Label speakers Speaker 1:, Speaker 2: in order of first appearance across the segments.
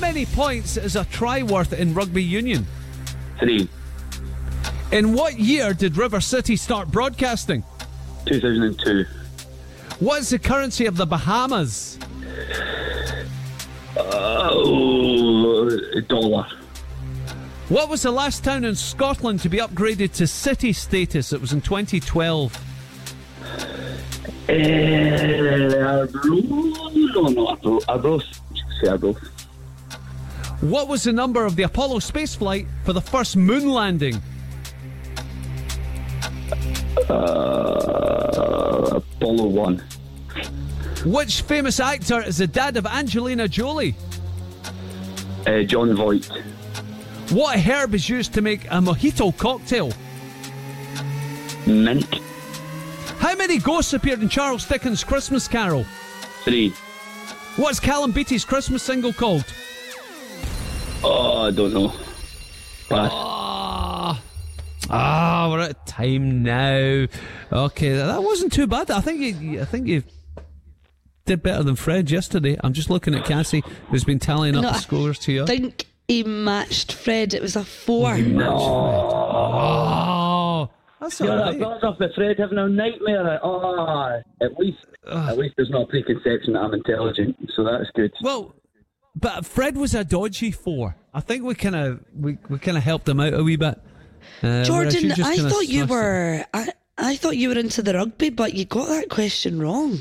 Speaker 1: many points is a try worth in rugby union?
Speaker 2: Three,
Speaker 1: In what year did River City start broadcasting?
Speaker 2: 2002.
Speaker 1: What's the currency of the Bahamas?
Speaker 2: Oh, dollar.
Speaker 1: What was the last town in Scotland to be upgraded to city status? It was in 2012.
Speaker 2: Eh, Arbroath? No, no, Arbroath. Arbroath. Say Arbroath.
Speaker 1: What was the number of the Apollo space flight for the first moon landing?
Speaker 2: Uh, Apollo 1.
Speaker 1: Which famous actor is the dad of Angelina Jolie?
Speaker 2: Uh, John Voight.
Speaker 1: What herb is used to make a mojito cocktail?
Speaker 2: Mint.
Speaker 1: How many ghosts appeared in Charles Dickens' Christmas Carol?
Speaker 2: Three.
Speaker 1: What's Callum Beattie's Christmas single called?
Speaker 2: Oh, I don't know. Pass.
Speaker 1: Ah, ah, we're at time now. Okay, that wasn't too bad. I think you, I think you did better than Fred yesterday. I'm just looking at Cassie, who's been tallying up
Speaker 3: No,
Speaker 1: the
Speaker 3: I
Speaker 1: scores to you.
Speaker 3: think he matched Fred. It was a four.
Speaker 1: Oh, that's all
Speaker 2: I've
Speaker 1: right.
Speaker 2: got off the Fred having a nightmare. Oh, at least, at least there's not a preconception that I'm intelligent, so that's good.
Speaker 1: Well, but Fred was a dodgy four. I think we kind of we, we kind of helped him out a wee bit. Uh, whereas you
Speaker 3: Jordan,
Speaker 1: just
Speaker 3: I
Speaker 1: kinda
Speaker 3: thought you
Speaker 1: smashed it.
Speaker 3: were. I, I thought you were into the rugby, but you got that question wrong.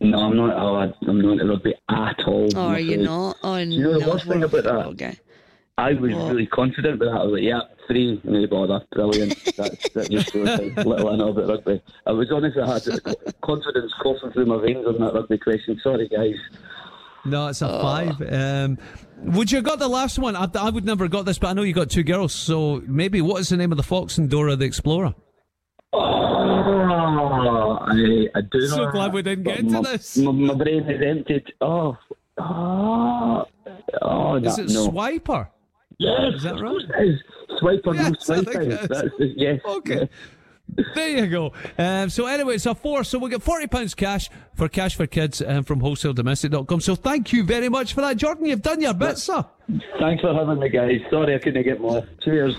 Speaker 2: No, I'm not. Oh, I- I'm not into rugby at all.
Speaker 3: Oh,
Speaker 2: I'm
Speaker 3: are you
Speaker 2: afraid.
Speaker 3: not? Oh,
Speaker 2: you know the
Speaker 3: no,
Speaker 2: worst thing about that?
Speaker 3: Okay.
Speaker 2: I was
Speaker 3: What?
Speaker 2: really confident with that. I was like, yeah, three, no bother, brilliant. That's that just shows how little I know about rugby. I was honestly, I had the confidence coughing through my veins on that rugby question. Sorry, guys.
Speaker 1: No, it's a five. Um, would you have got the last one? I, I would never have got this, but I know you got two girls, so maybe what is the name of the fox in Dora the Explorer?
Speaker 2: Oh, I, I do
Speaker 1: So
Speaker 2: not-
Speaker 1: glad we didn't get
Speaker 2: but
Speaker 1: into
Speaker 2: my,
Speaker 1: this.
Speaker 2: My, my brain is emptied. Oh, oh, oh
Speaker 1: Is
Speaker 2: no,
Speaker 1: it
Speaker 2: no.
Speaker 1: Swiper?
Speaker 2: yes,
Speaker 1: Is that
Speaker 2: of
Speaker 1: right?
Speaker 2: course it is. Swipe or no
Speaker 1: Yes, I
Speaker 2: swipe.
Speaker 1: think it is.
Speaker 2: That's the, yes.
Speaker 1: Okay. There you go. Um, so anyway, it's a four. So we'll get forty pounds cash for cash for kids um, from wholesaledomestic.com. So thank you very much for that, Jordan. You've done your bit, sir.
Speaker 2: Thanks for having me, guys. Sorry I couldn't get more. Cheers.